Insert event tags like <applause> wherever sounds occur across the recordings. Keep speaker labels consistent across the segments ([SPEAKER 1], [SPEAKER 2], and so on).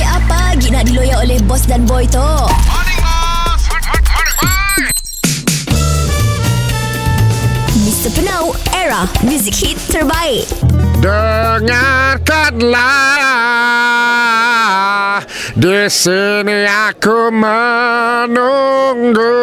[SPEAKER 1] lagi nak diloyak oleh bos dan boy tu? Mr. Penau, era music hit terbaik.
[SPEAKER 2] Dengarkanlah Di sini aku menunggu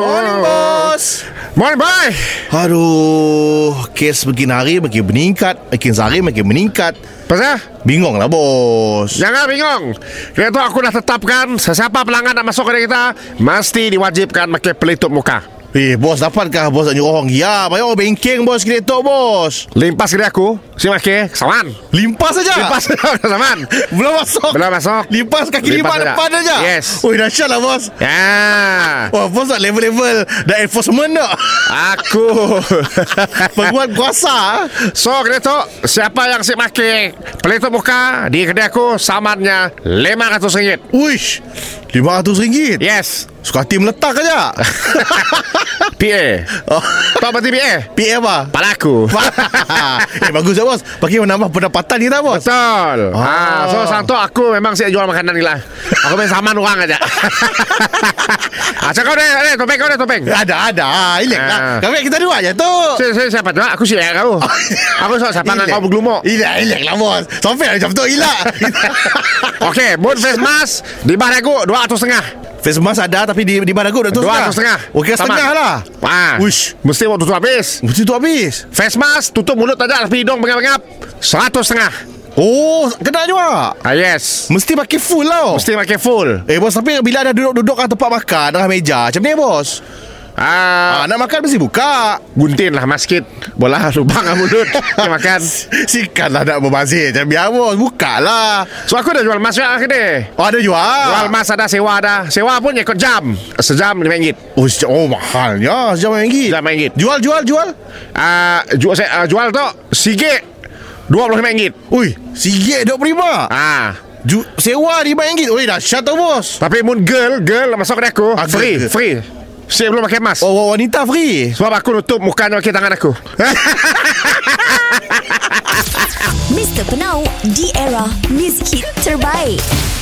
[SPEAKER 3] Morning, bos.
[SPEAKER 2] Morning boy
[SPEAKER 3] Aduh, kes makin hari makin meningkat, makin sehari makin meningkat.
[SPEAKER 2] Pasal?
[SPEAKER 3] Bingung lah, bos.
[SPEAKER 2] Jangan bingung Kerana tu aku dah tetapkan Sesiapa pelanggan nak masuk kedai kita Mesti diwajibkan pakai pelitup muka
[SPEAKER 3] Eh, bos dapatkah bos nak nyuruh orang? Ya, banyak orang bengking, bos, kena tu, bos.
[SPEAKER 2] Limpas kedai aku Si pakai Saman
[SPEAKER 3] Limpas saja.
[SPEAKER 2] Limpas Saman
[SPEAKER 3] Belum masuk.
[SPEAKER 2] Belum masuk.
[SPEAKER 3] Limpas kaki
[SPEAKER 2] Limpas
[SPEAKER 3] lima
[SPEAKER 2] saja.
[SPEAKER 3] depan saja.
[SPEAKER 2] Yes.
[SPEAKER 3] Oi, dahsyat lah, bos.
[SPEAKER 2] Ya
[SPEAKER 3] Wah, bos nak level-level dah <laughs> enforcement tak?
[SPEAKER 2] Aku
[SPEAKER 3] Penguat kuasa.
[SPEAKER 2] So kedai tu Siapa yang si pakai Pelitup muka Di kedai aku Samannya RM500
[SPEAKER 3] Uish, RM500.
[SPEAKER 2] Yes
[SPEAKER 3] Suka hati meletak
[SPEAKER 2] <laughs>
[SPEAKER 3] aja.
[SPEAKER 2] PA <laughs>
[SPEAKER 3] Oh.
[SPEAKER 2] Kau berarti PA
[SPEAKER 3] PM ah.
[SPEAKER 2] Kepala aku
[SPEAKER 3] <laughs> eh bagus ya bos Bagi menambah pendapatan kita bos
[SPEAKER 2] Betul
[SPEAKER 3] Oh.
[SPEAKER 2] ha, So sekarang tu aku memang siap jual makanan ni lah Aku main saman orang aja <laughs> ha, Cakap kau dah eh, Topeng kau dah topeng
[SPEAKER 3] Ada ada Ilek lah
[SPEAKER 2] Ah.
[SPEAKER 3] Kami kita dua je tu
[SPEAKER 2] Saya saya siapa tu? Aku siap
[SPEAKER 3] Oh.
[SPEAKER 2] kau Aku sok siapa nak
[SPEAKER 3] Ilek.
[SPEAKER 2] kau bergelumuk
[SPEAKER 3] Ilek ilek lah bos Sampai lah macam tu ilek
[SPEAKER 2] <laughs> Okey, mood face mask di bahan aku 200 setengah.
[SPEAKER 3] Face mask ada Tapi di, di badan aku Dah tu
[SPEAKER 2] 200 setengah.
[SPEAKER 3] Okey
[SPEAKER 2] Saman.
[SPEAKER 3] setengah lah
[SPEAKER 2] Ha.
[SPEAKER 3] Uish
[SPEAKER 2] Mesti waktu tu habis.
[SPEAKER 3] Mesti tu habis
[SPEAKER 2] Face mask tutup mulut tak ada tapi hidung pengap-pengap 100 setengah.
[SPEAKER 3] Oh Kena juga
[SPEAKER 2] Ah yes.
[SPEAKER 3] Mesti pakai full lah
[SPEAKER 2] Mesti pakai full.
[SPEAKER 3] Eh bos tapi bila ada duduk-duduk kat tempat makan Tengah meja Macam ni bos
[SPEAKER 2] Ah,
[SPEAKER 3] ah, Nak makan mesti buka <laughs>
[SPEAKER 2] gunting lah maskit. Bola <laughs> lubang kat mulut. Kita makan.
[SPEAKER 3] Sikatlah lah nak berbazir Macam biar bos Buka lah
[SPEAKER 2] So aku dah jual mas ya kedai.
[SPEAKER 3] Oh ada juga
[SPEAKER 2] Jual mas ada sewa ada. Sewa pun ikut jam. Sejam RM5.
[SPEAKER 3] Oh, sejam, oh mahalnya Sejam RM5
[SPEAKER 2] Sejam RM5.
[SPEAKER 3] Jual, jual, jual
[SPEAKER 2] Ah, jual saya ah, jual tu sikit RM25.
[SPEAKER 3] Ui, sikit RM25
[SPEAKER 2] Ah,
[SPEAKER 3] Ju, Sewa RM5 Ui, dahsyat tau bos
[SPEAKER 2] Tapi mun girl Girl masuk kedai aku
[SPEAKER 3] Ah,
[SPEAKER 2] Free
[SPEAKER 3] girl.
[SPEAKER 2] Free Saya belum pakai mask oh.
[SPEAKER 3] Oh, wa- wanita free
[SPEAKER 2] Sebab aku nutup muka dan pakai tangan aku
[SPEAKER 1] Mr. Penau, di era music hit terbaik.